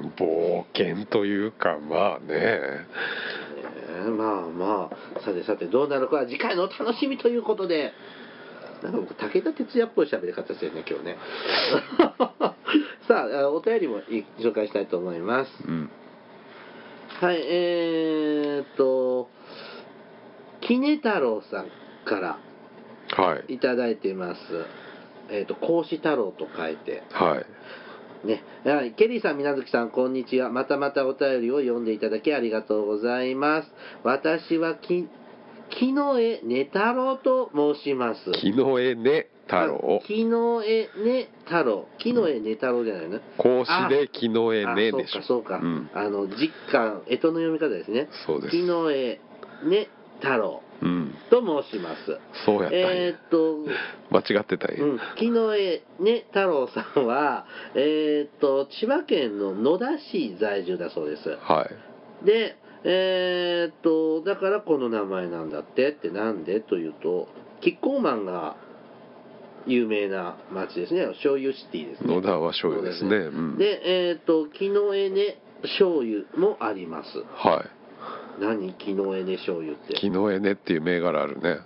B: ん冒険というかまあね
A: えーまあまあさてさてどうなるかは次回のお楽しみということでなんか僕武田鉄矢っぽい喋り方してるね今日ね さああお便りもい紹介したいと思います
B: うん
A: はいえー、っときね太郎さんから
B: はい
A: いただいていますえー、っと孔子太郎と書いて
B: はい
A: ね、はいケリーさん、みなずきさん、こんにちは。またまたお便りを読んでいただきありがとうございます。私はき、木の絵ね太郎と申します。
B: 木の絵ね太郎
A: あ木の絵ね太郎。木の絵ね太郎じゃないの、
B: 格子で木の絵
A: あ
B: ね
A: そう
B: でしょ
A: か、そうか。
B: ん、
A: あの、実感、絵との読み方ですね。
B: そうです
A: 木の絵ね太郎
B: うん
A: と申します。
B: そうやったんや、
A: えーっと、
B: 間違ってたんや、
A: うん、木の絵ね太郎さんは、えーっと千葉県の野田市在住だそうです
B: はい
A: でえーっとだからこの名前なんだってってなんでというとキッコーマンが有名な町ですね醤油シティですね
B: 野田は醤油ですねうん
A: でえーっと木の絵ね醤油もあります
B: は
A: 何木の絵ね醤油って
B: い木の絵ねっていう銘柄あるね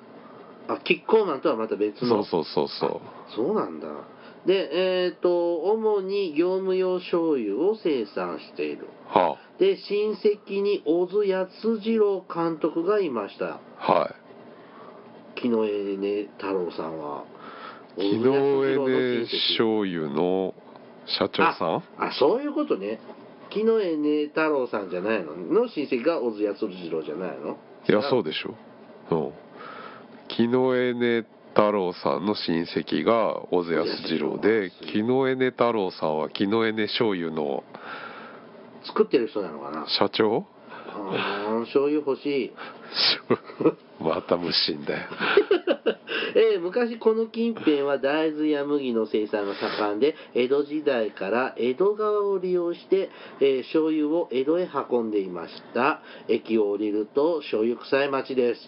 A: あキッコーマンとはまた別
B: そ
A: の
B: うそうそうそう
A: そうなんだ。で、えっ、と、主に業務用醤油を生産している。
B: は
A: で、親戚に小津安二郎監督がいました。
B: あはい
A: 木の江ね太郎さんは。
B: 木の絵ね醤油の社長さん
A: あ、そういうことね。木の江ね太郎さんじゃないのの親戚が小津安二郎じゃないの
B: いやそうでしょうん木の絵ね太郎さんの親戚が小津安二郎で木の絵ね太郎さんは木の絵ね醤油の
A: 作ってる人なのかな
B: 社長
A: あー醤油欲しい。
B: また無心だよ
A: えー昔この近辺は大豆や麦の生産が盛んで江戸時代から江戸川を利用して、えー醤油を江戸へ運んでいました駅を降りると醤油臭い町です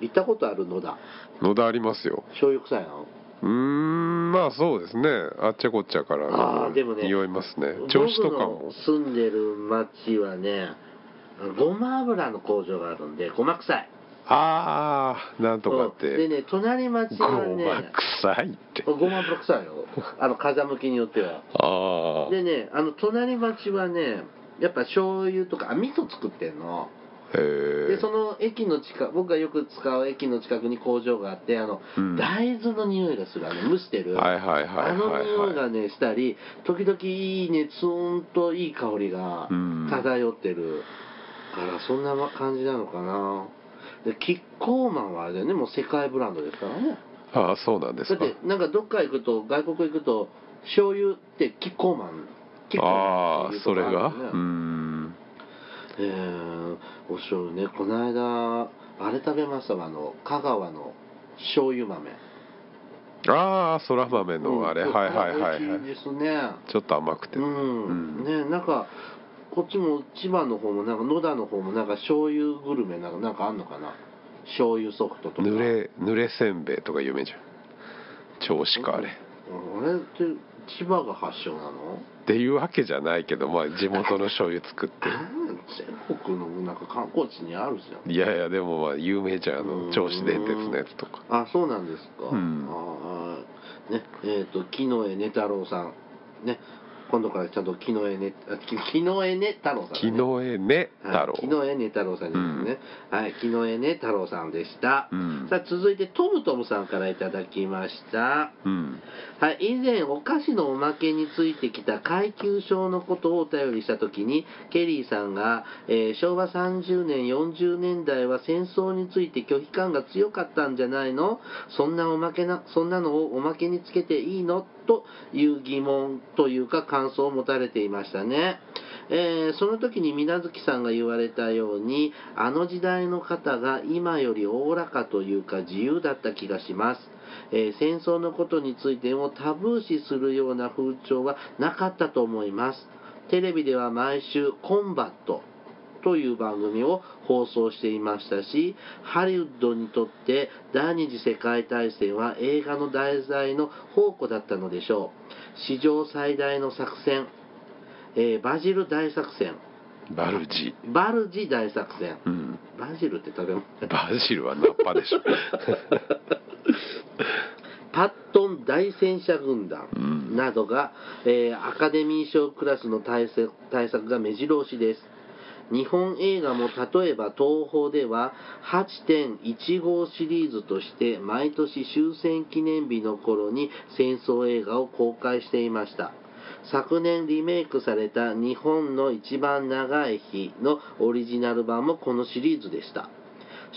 A: 行ったことあるのだ
B: 野田ありますよ
A: 醤油臭いの
B: うーんまあそうですねあっちゃこっちゃから
A: あーでもね
B: 匂いますね調子とか
A: 僕の
B: も
A: 住んでる町はねごま油の工場があるんでごま臭い
B: ああなんとかって、
A: うんでね隣町
B: ご
A: は
B: ま
A: ね
B: 臭いって
A: ごま油臭いよあの風向きによっては
B: ああ
A: でねあの隣町はねやっぱ醤油とかあ味噌作ってんの
B: へ
A: で
B: え
A: その駅の近く僕がよく使う駅の近くに工場があってあの、
B: うん
A: 大豆の匂いがするあの蒸してる、
B: はいはいはい
A: あの匂い
B: はいは
A: が
B: い
A: ねしたり時々いいねツーンといい香りが
B: うん
A: 漂ってるからそんな感じなのかなでキッコーマンはあれだよねもう世界ブランドですからね
B: ああそうなんで
A: だ
B: す
A: っ
B: か
A: てなんかどっか行くと外国行くと醤油ってキッコーマンキッコーマ
B: あ
A: ン
B: あ
A: っていうと
B: そ
A: こ
B: れが
A: あ
B: う
A: るよね
B: ーん
A: えーお醤油ねこの間あれ食べましたわあの香川の醤油豆
B: ああそら豆のあれ、
A: うん
B: はいはいは
A: 美
B: いは
A: 味しいで
B: い
A: すね
B: ちょっと甘くて、
A: うん、
B: うん
A: ねなんかこっちも千葉の方もなんか野田の方もなんか醤油グルメなんかなんかあんのかな醤油ソフトとか
B: 濡れ濡れせんべいとか有名じゃん調子かあれ、
A: うんあれって千葉が発祥なの
B: っていうわけじゃないけどまあ地元の醤油作ってる
A: あー全国のなんか観光地にあるじゃん
B: いやいやでもまあ有名じゃんあ
A: うん
B: の銚子電鉄のやつとか
A: あそうなんですか、
B: うん
A: ああねえっ、と木の絵ね太郎さんね今度からちゃんと木の絵ねあき木の絵ね太郎さん、ね、
B: 木の絵ね太郎
A: はい、木の絵ね太郎さんですね、はい木の絵ね太郎さんでした、
B: うん
A: さあ続いてトムトムさんからいただきました
B: うん
A: はい、以前お菓子のおまけについてきた階級症のことをお便りした時にケリーさんが、えー昭和30年40年代は戦争について拒否感が強かったんじゃないのそんなおまけなそんなのをおまけにつけていいのという疑問というか感想を持たれていましたね。えーその時に水月さんが言われたようにあの時代の方が今よりおおらかというか自由だった気がします、えー戦争のことについてもタブー視するような風潮はなかったと思いますテレビでは毎週「コンバット」という番組を放送していましたしハリウッドにとって第二次世界大戦は映画の題材の宝庫だったのでしょう史上最大の作戦、えーバジル大作戦
B: バルジ
A: バルジ大作戦
B: うん
A: バジルって食べ物
B: バジルはナッパでしょ
A: パットン大戦車軍団
B: うん
A: などが、えーアカデミー賞クラスの対策対策が目白押しです日本映画も例えば東宝では8.15シリーズとして毎年終戦記念日の頃に戦争映画を公開していました昨年リメイクされた「日本の一番長い日」のオリジナル版もこのシリーズでした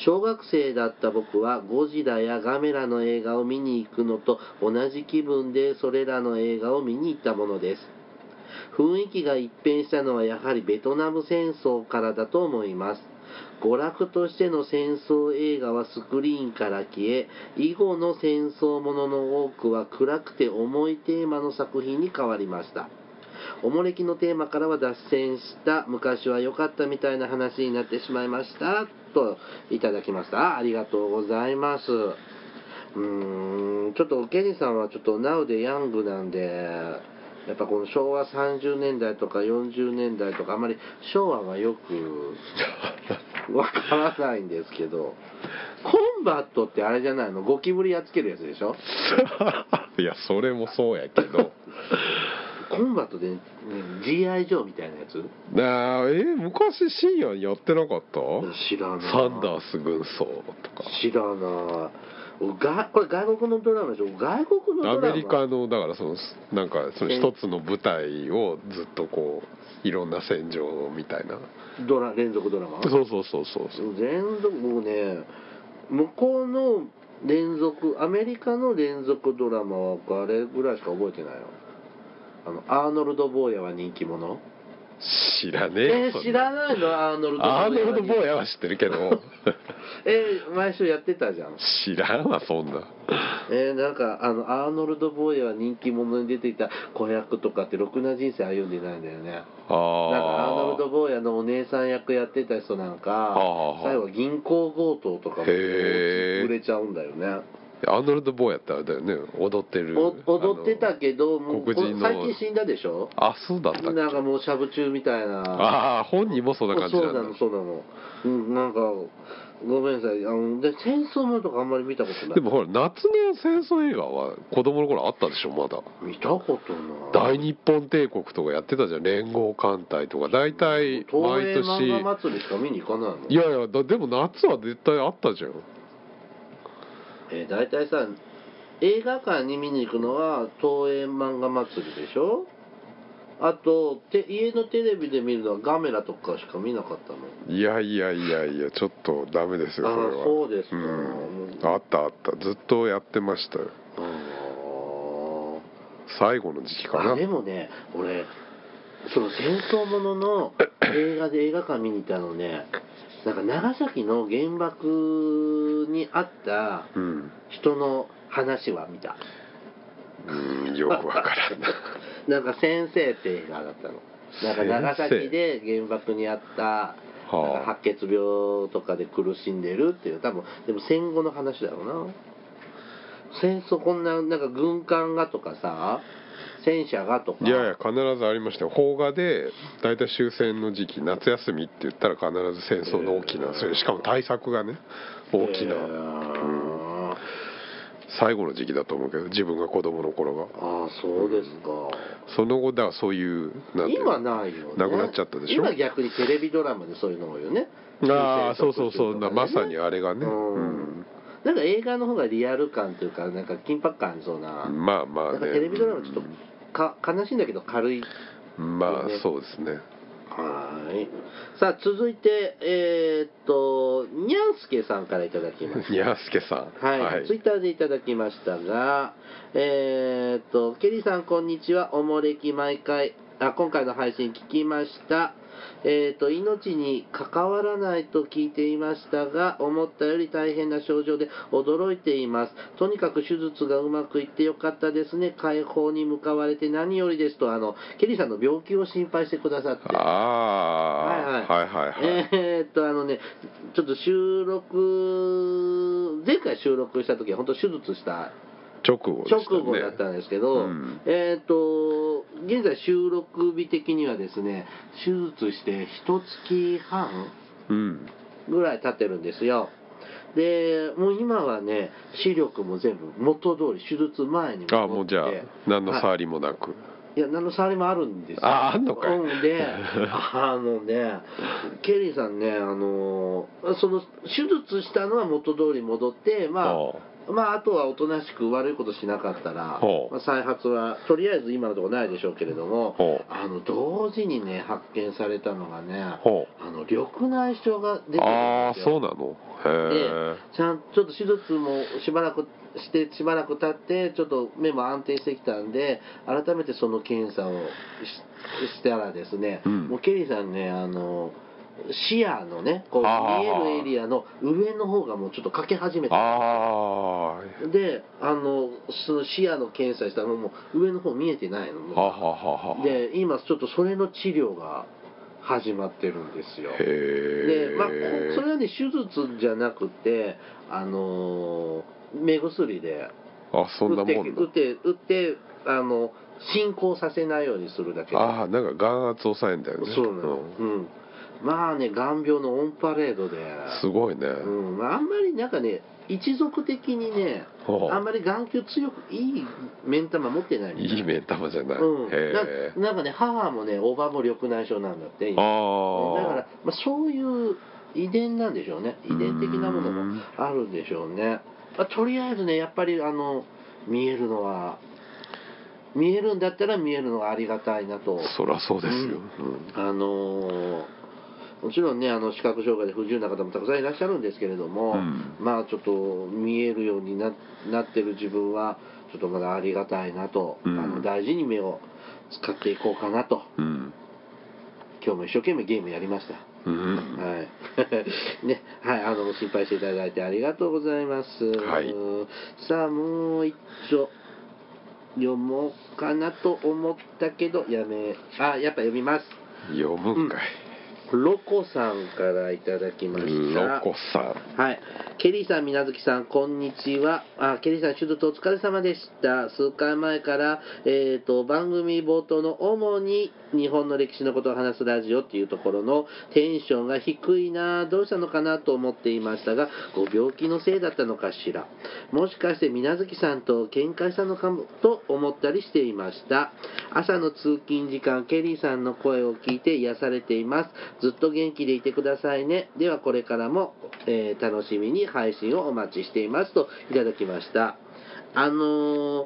A: 小学生だった僕はゴジラやガメラの映画を見に行くのと同じ気分でそれらの映画を見に行ったものです雰囲気が一変したのはやはりベトナム戦争からだと思います娯楽としての戦争映画はスクリーンから消え以後の戦争ものの多くは暗くて重いテーマの作品に変わりましたおもれきのテーマからは脱線した昔は良かったみたいな話になってしまいましたといただきましたあありがとうございますうーんちょっとケリーさんはちょっと Now でヤングなんでやっぱこの昭和30年代とか40年代とかあまり昭和がよくわからないんですけどコンバットってあれじゃないのゴキブリやっつけるやつでしょ
B: いやそれもそうやけど
A: コンバットで、ね、GI ジョーみたいなやつ
B: なあえー昔深夜にやってなかった
A: 知らない
B: サンダース軍曹とか
A: 知らないがこれ外国のドラマでしょ外国の
B: ア
A: ドラマ
B: メリカのだからそのなんかその一つの舞台をずっとこういろんな戦場のみたいな
A: ドラ連続ドラマ
B: そうそうそうそうそう
A: 連続もうね向こうの連続アメリカの連続ドラマは僕あれぐらいしか覚えてないよあのアーノルド・ボーヤは人気者
B: 知らねえ
A: え
B: よそ
A: ー
B: ん
A: 知らないのアーノルド・ボーヤは
B: アーノルド・ボーヤは知ってるけど
A: えー毎週やってたじゃん
B: 知らんわそんな
A: えーなんかあのアーノルド・ボーヤは人気者に出ていた子役とかってろくな人生歩んでないんだよね
B: あ
A: なんかアーノル
B: ー
A: ド・ボーヤのお姉さん役やってた人なんか
B: あー
A: 最後は銀行強盗とかも
B: へー
A: 売れちゃうんだよね
B: アーノルド・ボーヤってあれだよね踊ってる
A: お踊ってたけどもう
B: 黒人の
A: 最近死んだでしょ
B: あのあそうだったっけ
A: なんかもうしゃぶ中みたいな
B: ああ本人もそんな感じ
A: そう
B: なん
A: な
B: だ
A: のそうなのうんなんかごめんなさいあので戦争ものとかあんまり見たことない
B: でもほら夏の戦争映画は子供の頃あったでしょまだ
A: 見たことない
B: 大日本帝国とかやってたじゃん連合艦隊とか大体
A: 東
B: 毎
A: 映漫
B: 年
A: 画祭りしか見に行かないもん
B: いやいやだでも夏は絶対あったじゃん
A: えー、大体さ映画館に見に行くのは東映漫画祭りでしょあとて家のテレビで見るのはガメラとかしか見なかったの
B: いやいやいやいやちょっとダメですよ
A: あー
B: これは
A: そうですか
B: うん、あったあったずっとやってましたよ最後の時期か
A: あ
B: な
A: でもね俺その戦争ものの映画で映画館見に行ったのねなんか長崎の原爆にあった
B: うん、
A: 人の話は見た
B: うん、よくわからんな
A: なんか先生って映画だったのなんか長崎で原爆にあったなんか
B: はあ
A: 白血病とかで苦しんでるっていう多分でも戦後の話だろうな戦争こんななんか軍艦がとかさ戦車がとか
B: いやいや必ずありましたよ邦画で大体終戦の時期夏休みって言ったら必ず戦争の大きなそれしかも対策がね大きな、
A: えー
B: 最後の時期だと思うけど自分が子供の頃が
A: ああそうですか、
B: その後だからそういうなんていうの
A: 今ないよね
B: なくなっちゃったでしょ
A: 今逆にテレビドラマでそういうの多いよね
B: ああ
A: 旧
B: そ
A: 制
B: うそ
A: 作品
B: うそう、
A: とかね
B: まさにあれがね、
A: うんなんか映画の方がリアル感というかなんか緊迫感ありそうな,、
B: うんまあまあ
A: なんか
B: ね
A: テレビドラマちょっとか悲しいんだけど軽い
B: うんまあそうですね
A: はいさあ続いてえーっとにゃんすけさんからいただきました
B: にゃすけさん
A: はい、ツイッターでいただきましたが、えーっと、ケリーさん、こんにちは。おもれき毎回、あ、今回の配信聞きました。えーっと、命に関わらないと聞いていましたが、思ったより大変な症状で驚いています。とにかく手術がうまくいってよかったですね。解放に向かわれて何よりですと、あの、ケリーさんの病気を心配してくださって。
B: ああ、
A: は
B: はいはいはい
A: えーっと、あのね、ちょっと収録、前回収録した時は、本当手術した
B: 直後でしたね
A: 直後だったんですけど、
B: うん
A: えーっと、現在収録日的にはですね、手術して一月半
B: うん
A: ぐらい経ってるんですよ。で、もう今はね、視力も全部元通り、手術前に戻って。
B: ああもうじゃあ何の触りもなく、
A: いや、何の触りもあるんですよ。
B: ああんのかい
A: うん で、あのね、ケリーさんね、あのーその、手術したのは元通り戻って、ま
B: ほ
A: あ、まあ、あとはおとなしく悪いことしなかったら、
B: ほう
A: まあ、再発は、とりあえず今のところないでしょうけれども、
B: ほう
A: あの、同時にね、発見されたのがね、あ
B: ほ
A: の、緑内障が出てるんです
B: う
A: よ。
B: ああそうなのへえ
A: ちゃんちょっと手術もしばらくしてしばらく経ってちょっと目も安定してきたんで改めてその検査をししたらですね、
B: うん
A: もうケリーさんねあの視野のねこう
B: あー
A: 見えるエリアの上の方がもうちょっと欠け始めた
B: あ
A: であのその視野の検査したらもう上の方見えてないの
B: あはは
A: も
B: はは
A: うで今ちょっとそれの治療が始まってるんですよ
B: へえ
A: で、まあ、こそれはね手術じゃなくて、あのー目薬で
B: あそんなもん
A: 打っ
B: だ
A: て打って打ってあの進行させないようにするだけで
B: ああなんか眼圧抑えんだよね
A: そうなの、うんまあね眼病のオンパレードで、
B: すごいね、
A: うんまあ、あんまりなんかね一族的にね
B: ほう
A: あんまり眼球強くいい目ん玉持ってないみた
B: いい
A: い
B: 目玉じゃない、
A: うん、
B: へえ
A: ななんかね母もねおばも緑内障なんだって今だ
B: あ
A: から、まあ、そういう遺伝なんでしょうね遺伝的なもの
B: う
A: も
B: ん
A: あるんでしょうね、まあ、とりあえずねやっぱりあの見えるのは見えるんだったら見えるのはありがたいなと
B: あそりゃそうですよ、うん
A: あのーもちろんねあの視覚障害で不自由な方もたくさんいらっしゃるんですけれども、
B: うん
A: まあちょっと見えるようにななってる自分はちょっとまだありがたいなと、
B: うん
A: あの大事に目を使っていこうかなと
B: うん
A: 今日も一生懸命ゲームやりました。
B: うん
A: はい。 ね、はい、あの、心配していただいてありがとうございます。
B: はい
A: さあ、もう一丁。読もうかなと思ったけど、やめ、あ、やっぱ読みます。
B: 読むんかい、
A: ロコさんからいただきました。
B: ロコさん
A: はい。ケリーさん、みなずきさん、こんにちは。あ、ケリーさん、手術お疲れ様でした。数回前から、えっ、と、番組冒頭の主に日本の歴史のことを話すラジオっていうところのテンションが低いなどうしたのかなと思っていましたが、ご病気のせいだったのかしら。もしかして、みなずきさんと喧嘩したのかもと思ったりしていました。朝の通勤時間、ケリーさんの声を聞いて癒されています。ずっと元気でいてくださいね。では、これからも、えー楽しみに配信をお待ちしていますといただきました。あのー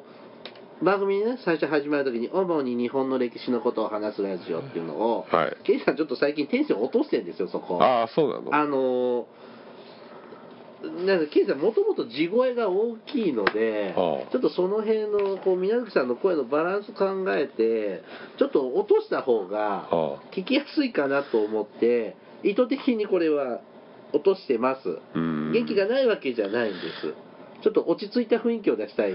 A: 番組ね、最初始まるときに、主に日本の歴史のことを話すラジオっていうのを、
B: はい
A: ケリーさんちょっと最近テンション落としてるんですよ、そこ。
B: ああそうなの
A: あのーなんかケイさんもともと地声が大きいので、
B: ああ
A: ちょっとその辺のこう宮崎さんの声のバランス考えてちょっと落とした方が
B: ああ
A: 聞きやすいかなと思って意図的にこれは落としてます
B: うん
A: 元気がないわけじゃないんですちょっと落ち着いた雰囲気を出したい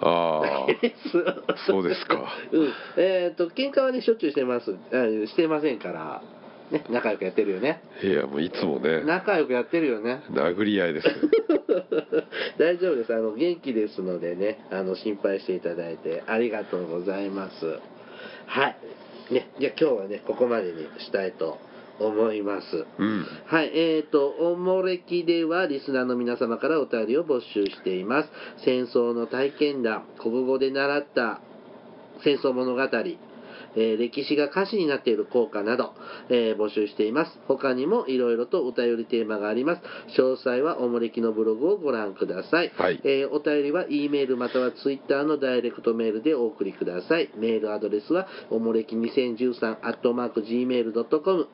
B: ああ
A: です
B: そうですか
A: うんえっ、と喧嘩はねしょっちゅうしてますあしてませんから、ね、仲良くやってるよね
B: いやもういつもね
A: 仲良くやってるよね
B: 殴り合いですよ
A: 大丈夫ですあの元気ですのでねあの心配していただいてありがとうございますはいねじゃあ今日はねここまでにしたいと思います
B: うん
A: はい、えーと、おもれきではリスナーの皆様からお便りを募集しています。戦争の体験談、国語で習った戦争物語、えー歴史が歌詞になっている効果など、えー募集しています。他にもいろいろとお便りテーマがあります。詳細はおもれきのブログをご覧ください。
B: はい
A: えーお便りは E メールまたは Twitter のダイレクトメールでお送りください。メールアドレスはおもれき2013 gmail.com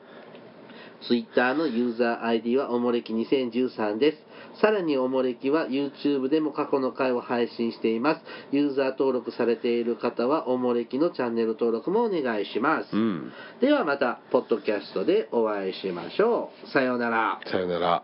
A: ツイッターのユーザー ID はおもれき2013です。さらにおもれきは YouTube でも過去の回を配信しています。ユーザー登録されている方はおもれきのチャンネル登録もお願いします。
B: うん
A: ではまた、ポッドキャストでお会いしましょう。さようなら。
B: さよなら